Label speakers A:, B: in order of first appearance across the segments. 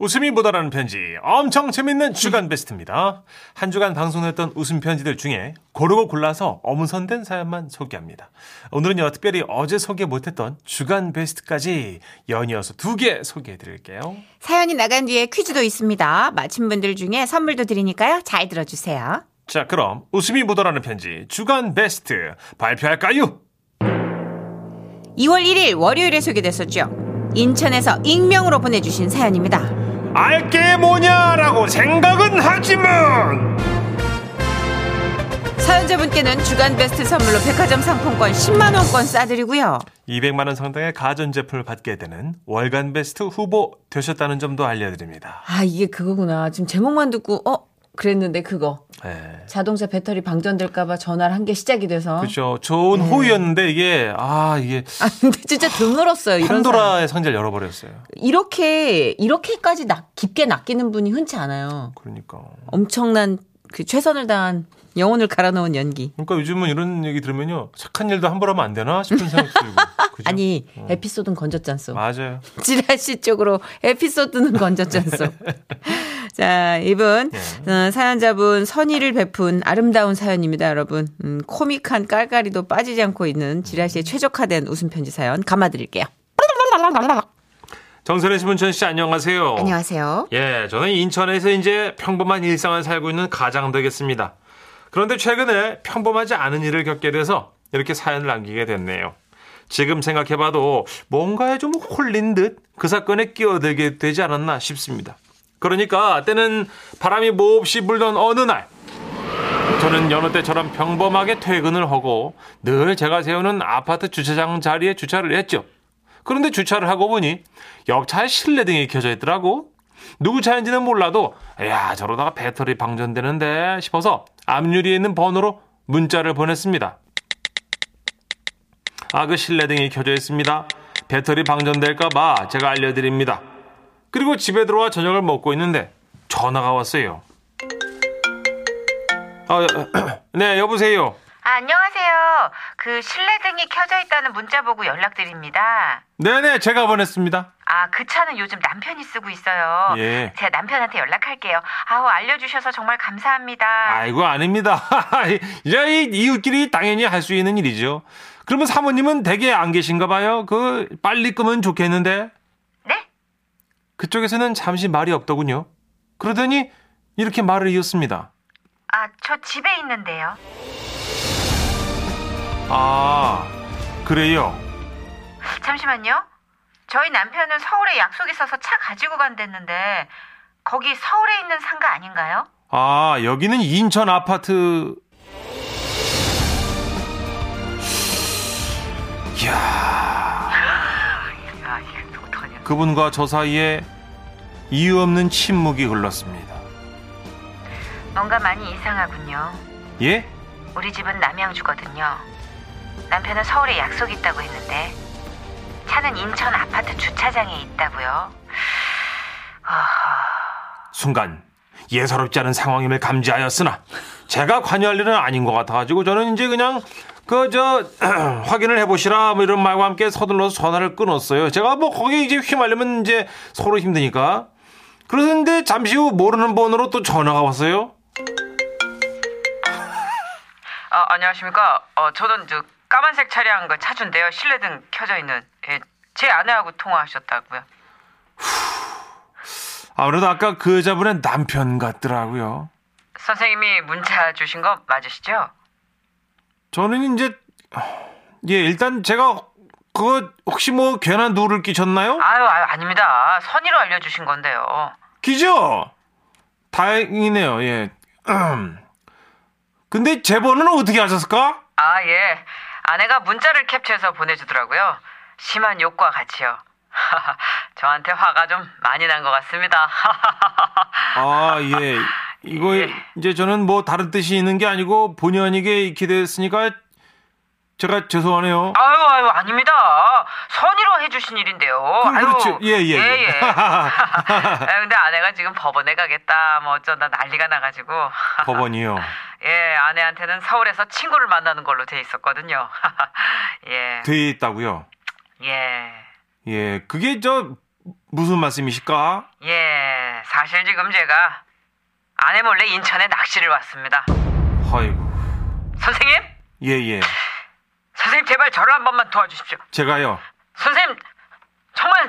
A: 웃음이 묻어나는 편지 엄청 재밌는 주간 베스트입니다. 한 주간 방송됐던 웃음 편지들 중에 고르고 골라서 엄선된 사연만 소개합니다. 오늘은요 특별히 어제 소개 못했던 주간 베스트까지 연이어서 두 개 소개해드릴게요.
B: 사연이 나간 뒤에 퀴즈도 있습니다. 맞힌 분들 중에 선물도 드리니까요. 잘 들어주세요.
A: 자 그럼 웃음이 묻어나는 편지 주간 베스트 발표할까요?
B: 2월 1일 월요일에 소개됐었죠. 인천에서 익명으로 보내주신 사연입니다.
A: 알게 뭐냐라고 생각은 하지만
B: 사연자분께는 주간 베스트 선물로 백화점 상품권 10만원권 싸드리고요.
A: 200만 원 상당의 가전제품을 받게 되는 월간 베스트 후보 되셨다는 점도 알려드립니다.
C: 아, 이게 그거구나. 지금 제목만 듣고, 어? 그랬는데 그거.
A: 예.
C: 자동차 배터리 방전될까봐 전화를 한 게 시작이 돼서.
A: 그렇죠. 좋은
C: 음.
A: 호의였는데 이게 아 이게
C: 아, 근데 진짜 드물었어요. 이런 사람.
A: 판도라의 상자를 열어버렸어요.
C: 이렇게, 이렇게까지 낚- 깊게 낚이는 분이 흔치 않아요.
A: 그러니까.
C: 엄청난 그 최선을 다한 영혼을 갈아 넣은 연기.
A: 그러니까 요즘은 이런 얘기 들으면요 착한 일도 함부로 하면 안 되나 싶은 생각 들고. 그죠?
C: 아니, 에피소드는 건졌잖소.
A: 어. 맞아요.
C: 지라씨 쪽으로 에피소드는 건졌잖소. 자, 이분,
A: 네.
C: 어, 사연자분 선의를 베푼 아름다운 사연입니다, 여러분. 음, 코믹한 깔깔이도 빠지지 않고 있는 지라씨의
A: 음.
C: 최적화된 웃음편지 사연 감아드릴게요.
A: 정선혜 씨, 문천 씨 안녕하세요.
B: 안녕하세요.
A: 예, 저는 인천에서 이제 평범한 일상을 살고 있는 가장 되겠습니다. 그런데 최근에 평범하지 않은 일을 겪게 돼서 이렇게 사연을 남기게 됐네요. 지금 생각해봐도 뭔가에 좀 홀린 듯 그 사건에 끼어들게 되지 않았나 싶습니다. 그러니까 때는 바람이 몹시 불던 어느 날 저는 여느 때처럼 평범하게 퇴근을 하고 늘 제가 세우는 아파트 주차장 자리에 주차를 했죠. 그런데 주차를 하고 보니 옆 차에 실내등이 켜져 있더라고. 누구 차인지는 몰라도 야 저러다가 배터리 방전되는데 싶어서 앞유리에 있는 번호로 문자를 보냈습니다. 아 그 실내등이 켜져 있습니다. 배터리 방전될까봐 제가 알려드립니다. 그리고 집에 들어와 저녁을 먹고 있는데 전화가 왔어요. 아, 여- 네 여보세요.
B: 아, 안녕하세요. 그 실내등이 켜져 있다는 문자 보고 연락드립니다.
A: 네네 제가 보냈습니다.
B: 아, 그 차는 요즘 남편이 쓰고 있어요.
A: 예.
B: 제가 남편한테 연락할게요. 아우, 알려주셔서 정말 감사합니다.
A: 아이고 아닙니다. 이제 이 이웃끼리 당연히 할 수 있는 일이죠. 그러면 사모님은 댁에 안 계신가 봐요. 그 빨리 끄면 좋겠는데.
B: 네?
A: 그쪽에서는 잠시 말이 없더군요. 그러더니 이렇게 말을 이었습니다.
B: 아, 저 집에 있는데요.
A: 아 그래요.
B: 잠시만요. 저희 남편은 서울에 약속 있어서 차 가지고 간댔는데 거기 서울에 있는 상가 아닌가요?
A: 아 여기는 인천 아파트. 이야
B: 아, 이거 어떡하냐.
A: 그분과 저 사이에 이유 없는 침묵이 흘렀습니다.
B: 뭔가 많이 이상하군요.
A: 예?
B: 우리 집은 남양주거든요. 남편은 서울에 약속 있다고 했는데 차는 인천 아파트 주차장에 있다고요.
A: 순간 예사롭지 않은 상황임을 감지하였으나 제가 관여할 일은 아닌 것 같아가지고 저는 이제 그냥 그 저 확인을 해보시라 뭐 이런 말과 함께 서둘러서 전화를 끊었어요. 제가 뭐 거기 이제 휘말리면 이제 서로 힘드니까 그러는데 잠시 후 모르는 번호로 또 전화가 왔어요.
D: 아, 안녕하십니까. 어, 저는 저 까만색 차량 그 차주인데요. 실내등 켜져 있는 예, 제 아내하고 통화하셨다고요.
A: 아무래도 아까 그 여자분의 남편 같더라고요.
D: 선생님이 문자 주신 거 맞으시죠?
A: 저는 이제 예 일단 제가 그거 혹시 뭐 괜한 누를 끼쳤나요?
D: 아유, 아유 아닙니다. 선의로 알려주신 건데요.
A: 기죠? 다행이네요, 예. 음. 근데 제 번호는 어떻게 아셨을까?
D: 아 예, 아내가 문자를 캡처해서 보내주더라고요. 심한 욕과 같이요. 저한테 화가 좀 많이 난 것 같습니다.
A: 아, 예. 이거,
D: 예.
A: 이제 저는 뭐 다른 뜻이 있는 게 아니고 본의 아니게 기대했으니까 제가 죄송하네요.
D: 아유 아유 아닙니다. 선의로 해주신 일인데요.
A: 그,
D: 어, 아유,
A: 그렇죠. 예, 예, 예.
D: 예. 아, 근데 아내가 지금 법원에 가겠다 뭐 어쩌다 난리가 나가지고
A: 법원이요.
D: 예 아내한테는 서울에서 친구를 만나는 걸로 돼 있었거든요 예예
E: 예,
A: 돼 있다고요. 예, 그게 저 무슨 말씀이실까?
E: 예, 사실 지금 제가 아내 몰래 인천에 낚시를 왔습니다.
A: 아이고.
E: 선생님?
A: 예, 예.
E: 선생님 제발 저를 한 번만 도와주십시오.
A: 제가요.
E: 선생님 정말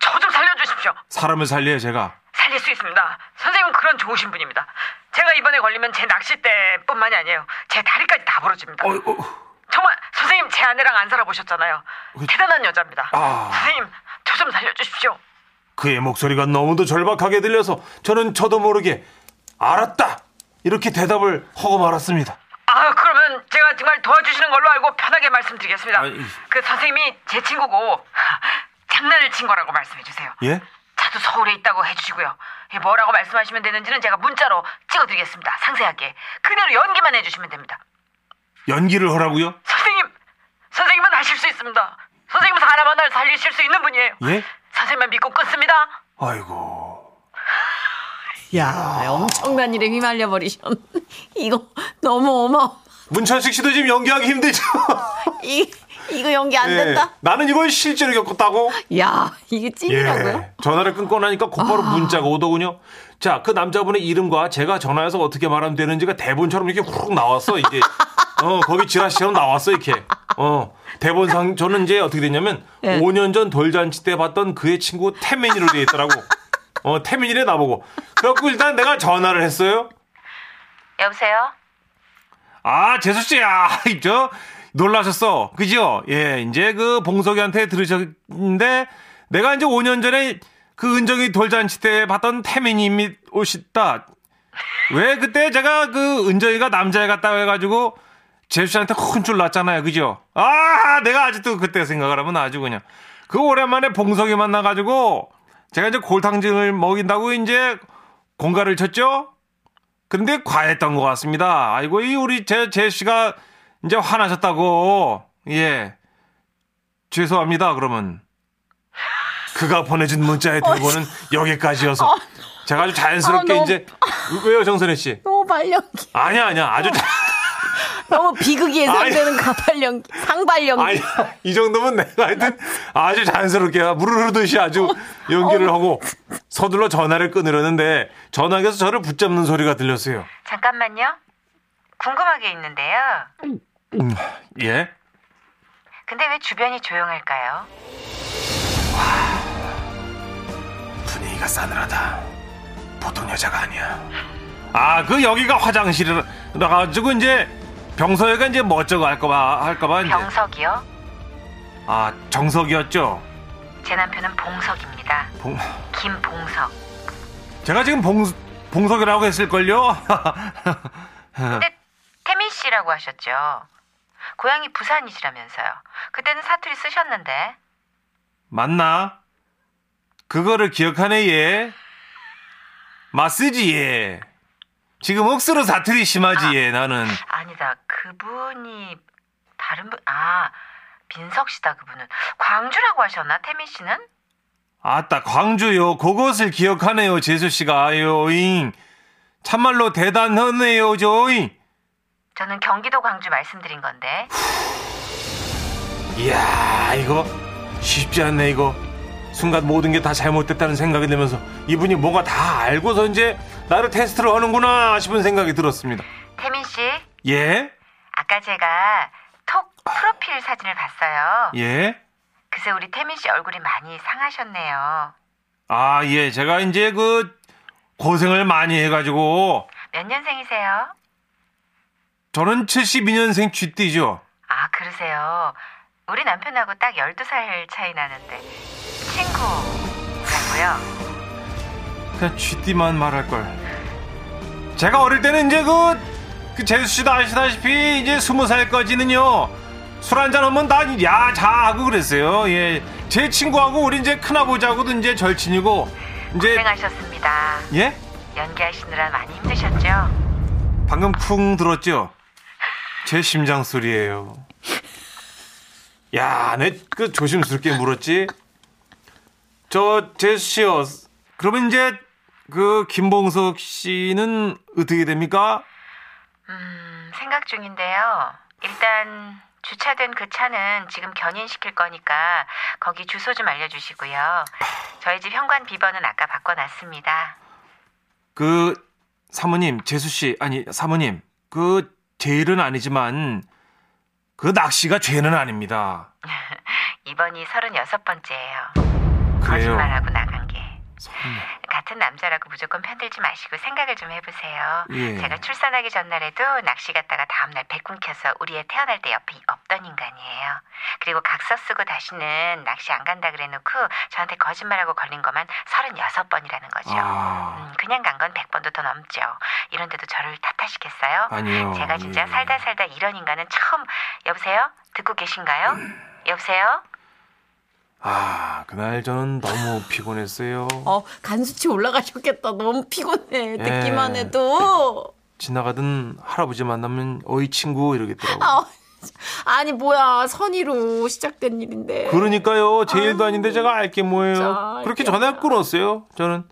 E: 저 좀 살려주십시오.
A: 사람을 살려요, 제가.
E: 살릴 수 있습니다. 선생님은 그런 좋으신 분입니다. 제가 이번에 걸리면 제 낚싯대뿐만이 아니에요. 제 다리까지 다 부러집니다.
A: 어이구.
E: 정말 선생님 제 아내랑 안 살아보셨잖아요.
A: 그-
E: 대단한 여자입니다.
A: 아.
E: 선생님 저 좀 살려주십시오.
A: 그의 목소리가 너무도 절박하게 들려서 저는 저도 모르게 알았다! 이렇게 대답을 하고 말았습니다.
E: 아 그러면 제가 정말 도와주시는 걸로 알고 편하게 말씀드리겠습니다.
A: 아이.
E: 그 선생님이 제 친구고 장난을 친 거라고 말씀해 주세요.
A: 예?
E: 자주 서울에 있다고 해주시고요. 예, 뭐라고 말씀하시면 되는지는 제가 문자로 찍어드리겠습니다. 상세하게 그대로 연기만 해주시면 됩니다.
A: 연기를 하라고요?
E: 선생님, 선생님은 하실 수 있습니다. 선생님은 사람 하나를 살리실 수 있는 분이에요.
A: 예?
E: 선생님만 믿고 끊습니다.
A: 아이고.
B: 야, 엄청난 일에 휘말려 버리셨. 이거 너무 어마.
A: 문천식 씨도 지금 연기하기 힘들죠?
B: 이 이거 연기 안
A: 예.
B: 된다.
A: 나는 이걸 실제로 겪었다고?
B: 야, 이게
A: 예.
B: 찐이라고요? 아.
A: 전화를 끊고 나니까 곧바로 문자가 오더군요. 자, 그 남자분의 이름과 제가 전화해서 어떻게 말하면 되는지가 대본처럼 이렇게 훅 나왔어, 이제. 어, 거기 지라시처럼 나왔어, 이렇게. 어. 대본상, 저는 이제 어떻게 됐냐면,
B: 예.
A: 5년 전 돌잔치 때 봤던 그의 친구 태민이로 돼 있더라고. 어, 태민이래 나보고. 그래갖고 일단 내가 전화를 했어요.
D: 여보세요?
A: 아, 재수씨, 아, 저, 놀라셨어. 그죠? 예, 이제 그 봉석이한테 들으셨는데, 내가 이제 5년 전에 그 은정이 돌잔치 때 봤던 태민님이 오셨다. 왜 그때 제가 그 은정이가 남자애 같다고 해가지고, 재수씨한테 혼쭐 났잖아요. 그죠? 아, 내가 아직도 그때 생각을 하면 아주 그냥. 그 오랜만에 봉석이 만나가지고, 제가 이제 골탕증을 먹인다고 이제 공갈을 쳤죠? 근데 과했던 것 같습니다. 아이고, 이 우리 제, 제 씨가 이제 화나셨다고. 예. 죄송합니다, 그러면. 그가 보내준 문자의 대본은 여기까지여서. 제가 아주 자연스럽게
B: 어, 아, 너무-
A: 이제. 왜요, 정선혜 씨?
B: 너무 발연기.
A: 아니야, 아니야. 아주. 자-
B: 너무 비극이 예상되는 가발연기. 상발연기.
A: 아니, 이 정도면 내가 하여튼 아주 자연스럽게 물을 흐르듯이 아주 연기를 하고 서둘러 전화를 끊으려는데 전화기에서 저를 붙잡는 소리가 들렸어요.
D: 잠깐만요. 궁금한 게 있는데요.
A: 예?
D: 근데 왜 주변이 조용할까요?
A: 분위기가 싸늘하다. 보통 여자가 아니야. 아, 그 여기가 화장실이라 가지고 이제 병서애가 이제 멋쩍어 할까봐 할까봐 이제
D: 병석이요?
A: 아 정석이었죠.
D: 제 남편은 봉석입니다.
A: 봉,
D: 김봉석.
A: 제가 지금 봉 봉석이라고 했을걸요.
D: 근데 태민 씨라고 하셨죠? 고향이 부산이시라면서요. 그때는 사투리 쓰셨는데.
A: 맞나? 그거를 기억하네 얘. 맞쓰지 얘. 지금 억수로 사투리 심하지 얘 나는.
D: 아니다. 그분이 다른 분, 아, 민석 씨다, 그분은. 광주라고 하셨나, 태민 씨는?
A: 아따 광주요 그것을 기억하네요 재수 씨가 요잉 참말로 대단하네요 저잉
D: 저는 경기도 광주 말씀드린 건데.
A: 이야 이거 쉽지 않네 이거 순간 모든 게 다 잘못됐다는 생각이 들면서 이분이 뭐가 다 알고서 이제 나를 테스트를 하는구나 싶은 생각이 들었습니다
D: 태민 씨,
A: 예?
D: 아까 제가 톡 프로필 사진을 봤어요.
A: 예?
D: 글쎄, 우리 태민 씨 얼굴이 많이 상하셨네요.
A: 아 예 제가 이제 그 고생을 많이 해가지고
D: 몇 년생이세요?
A: 저는 72년생 쥐띠죠
D: 아, 그러세요. 우리 남편하고 딱 12살 차이 나는데. 친구라고요?
A: 그냥 쥐띠만 말할 걸. 제가 어릴 때는 이제 그, 그 제수 씨도 아시다시피 이제 스무 살까지는요 술 한잔 하면 다야자 하고 그랬어요. 예, 제 친구하고 우리 이제 큰아버지하고도 이제 절친이고 이제
D: 고생하셨습니다.
A: 예
D: 연기하시느라 많이 힘드셨죠?
A: 방금 쿵 들었죠? 제 심장 소리예요. 야, 내 그 조심스럽게 물었지. 저 제수 씨요. 그러면 이제 그 김봉석 씨는 어떻게 됩니까?
D: 음, 생각 중인데요. 일단 주차된 그 차는 지금 견인시킬 거니까 거기 주소 좀 알려주시고요. 저희 집 현관 비번은 아까 바꿔놨습니다.
A: 그 사모님 재수 씨 아니 사모님 그 제 일은 아니지만 그 낚시가 죄는 아닙니다.
D: 이번이 36번째예요.
A: 그래요.
D: 거짓말하고 나간 게.
A: 설마.
D: 같은 남자라고 무조건 편들지 마시고 생각을 좀 해보세요.
A: 예.
D: 제가 출산하기 전날에도 낚시 갔다가 다음날 배꿈 켜서 우리 애 태어날 때 옆에 없던 인간이에요. 그리고 각서 쓰고 다시는 낚시 안 간다 그래놓고 저한테 거짓말하고 걸린 것만 36번이라는 거죠.
A: 아
D: 음, 그냥 간 건 100번도 더 넘죠. 이런데도 저를 탓하시겠어요?
A: 아니요.
D: 제가 진짜
A: 예.
D: 살다 살다 이런 인간은 처음... 여보세요? 듣고 계신가요?
A: 음.
D: 여보세요?
A: 아 그날 저는 너무 피곤했어요.
B: 어, 간수치 올라가셨겠다. 너무 피곤해.
A: 예.
B: 듣기만 해도.
A: 지나가던 할아버지 만나면 어이 친구 이러겠더라고. 요
B: 아, 아니, 뭐야. 선의로 시작된 일인데.
A: 그러니까요. 제 일도 아닌데 제가 알게 뭐예요.
B: 진짜
A: 그렇게
B: 알겠다.
A: 전화 끊었어요. 저는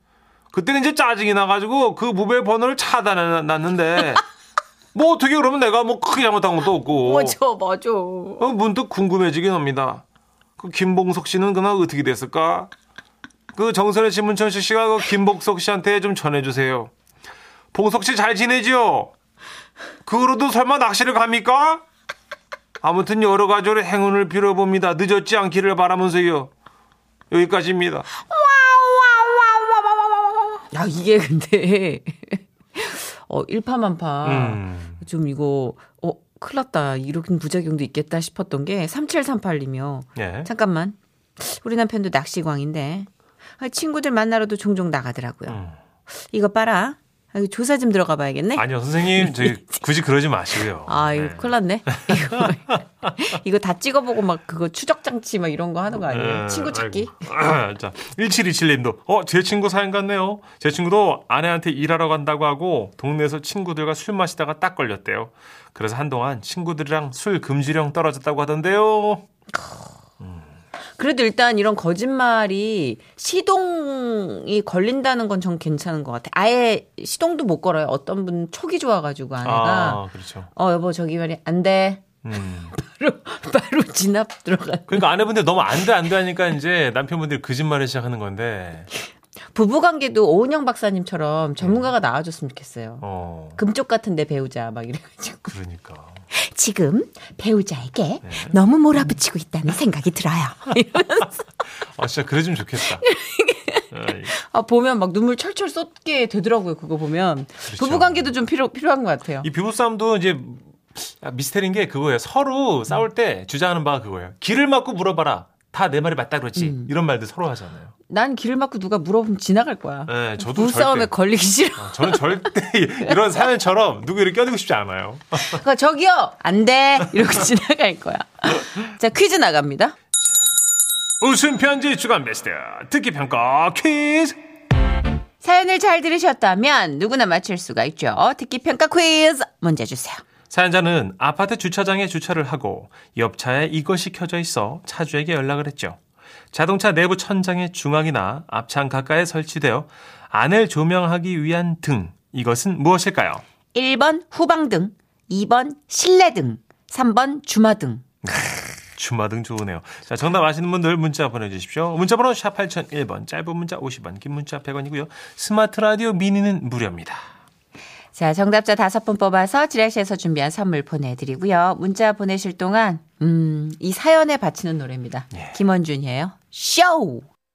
A: 그때는 이제 짜증이 나가지고 그 무배 번호를 차단해놨는데 뭐 어떻게 그러면 내가 뭐 크게 잘못한 것도 없고
B: 맞아, 맞아.
A: 어, 문득 궁금해지긴 합니다. 그 김봉석 씨는 그날 어떻게 됐을까? 그 정선의 신문천식 씨가 그 김봉석 씨한테 좀 전해주세요. 봉석 씨 잘 지내지요? 그 후로도 설마 낚시를 갑니까? 아무튼 여러 가지로 행운을 빌어봅니다. 늦었지 않기를 바라면서요. 여기까지입니다.
B: 야, 이게 근데. 어, 일파만파.
A: 음.
B: 좀 이거, 어, 큰일 났다. 이런 부작용도 있겠다 싶었던 게 3738이며.
A: 예.
B: 잠깐만. 우리 남편도 낚시광인데 아, 친구들 만나러도 종종 나가더라고요. 이거 봐라. 아, 이거 조사 좀 들어가 봐야겠네.
A: 음. 아니요, 선생님. 저희 굳이 그러지 마시고요.
B: 아, 이거 큰일 났네. 이거, 이거 다 찍어보고 막 그거 추적장치 막 이런 거 하는 거 아니에요?
A: 예,
B: 친구 찾기?
A: 아이고. 자, 1727님도 어, 제 친구 사연 같네요. 제 친구도 아내한테 일하러 간다고 하고 동네에서 친구들과 술 마시다가 딱 걸렸대요. 그래서 한동안 친구들이랑 술 금지령 떨어졌다고 하던데요.
B: 그래도 일단 이런 거짓말이 시동이 걸린다는 건 전 괜찮은 것 같아. 아예 시동도 못 걸어요. 어떤 분 촉이 좋아가지고 아내가
A: 아, 그렇죠.
B: 어 여보 저기 말이 안 돼.
A: 음.
B: 바로 바로 진압 들어가.
A: 그러니까 아내분들 너무 안 돼, 안 돼 하니까 이제 남편분들이 거짓말을 시작하는 건데,
B: 부부관계도 오은영 박사님처럼 전문가가 나와줬으면 좋겠어요.
A: 어,
B: 금쪽 같은데 배우자 막 이래가지고 네.
A: 그러니까.
B: 지금 배우자에게 너무 몰아붙이고 있다는 생각이 들어요.
A: 아, 진짜 그래주면 좋겠다. 아이, 예.
B: 아 보면 막 눈물 철철 쏟게 되더라고요. 그거 보면 부부관계도 좀 필요 필요한 것 같아요.
A: 이 비보싸움도 이제 아, 미스테리인 게 그거예요. 서로
B: 음.
A: 싸울 때 주장하는 바가 그거예요. 길을 막고 물어봐라. 다 내 말이 맞다 그렇지.
B: 음.
A: 이런 말들 서로 하잖아요.
B: 난 길을 막고 누가 물어보면 지나갈 거야.
A: 네, 저도
B: 부싸움에
A: 절대.
B: 걸리기 싫어.
A: 아, 저는 절대 이런 사연처럼 누구를 껴들고 싶지 않아요.
B: 그러니까 저기요 안 돼. 이러고 지나갈 거야. 자 퀴즈 나갑니다.
A: 웃음 편지 주간 베스트 특기 평가 퀴즈.
B: 사연을 잘 들으셨다면 누구나 맞힐 수가 있죠. 듣기 평가 퀴즈 먼저 주세요.
A: 사연자는 아파트 주차장에 주차를 하고 옆 차에 이것이 켜져 있어 차주에게 연락을 했죠. 자동차 내부 천장의 중앙이나 앞창 가까이 설치되어 안을 조명하기 위한 등 이것은 무엇일까요?
B: 1번 후방등, 2번 실내등, 3번 주마등.
A: 주마등 좋으네요. 자, 정답 아시는 분들 문자 보내주십시오. 문자번호 샵 8001번, 짧은 문자 50원, 긴 문자 100원이고요. 스마트 라디오 미니는 무료입니다.
B: 자, 정답자 다섯 분 뽑아서 지라시에서 준비한 선물 보내드리고요. 문자 보내실 동안, 음, 이 사연에 바치는 노래입니다. 김원준이에요. 쇼!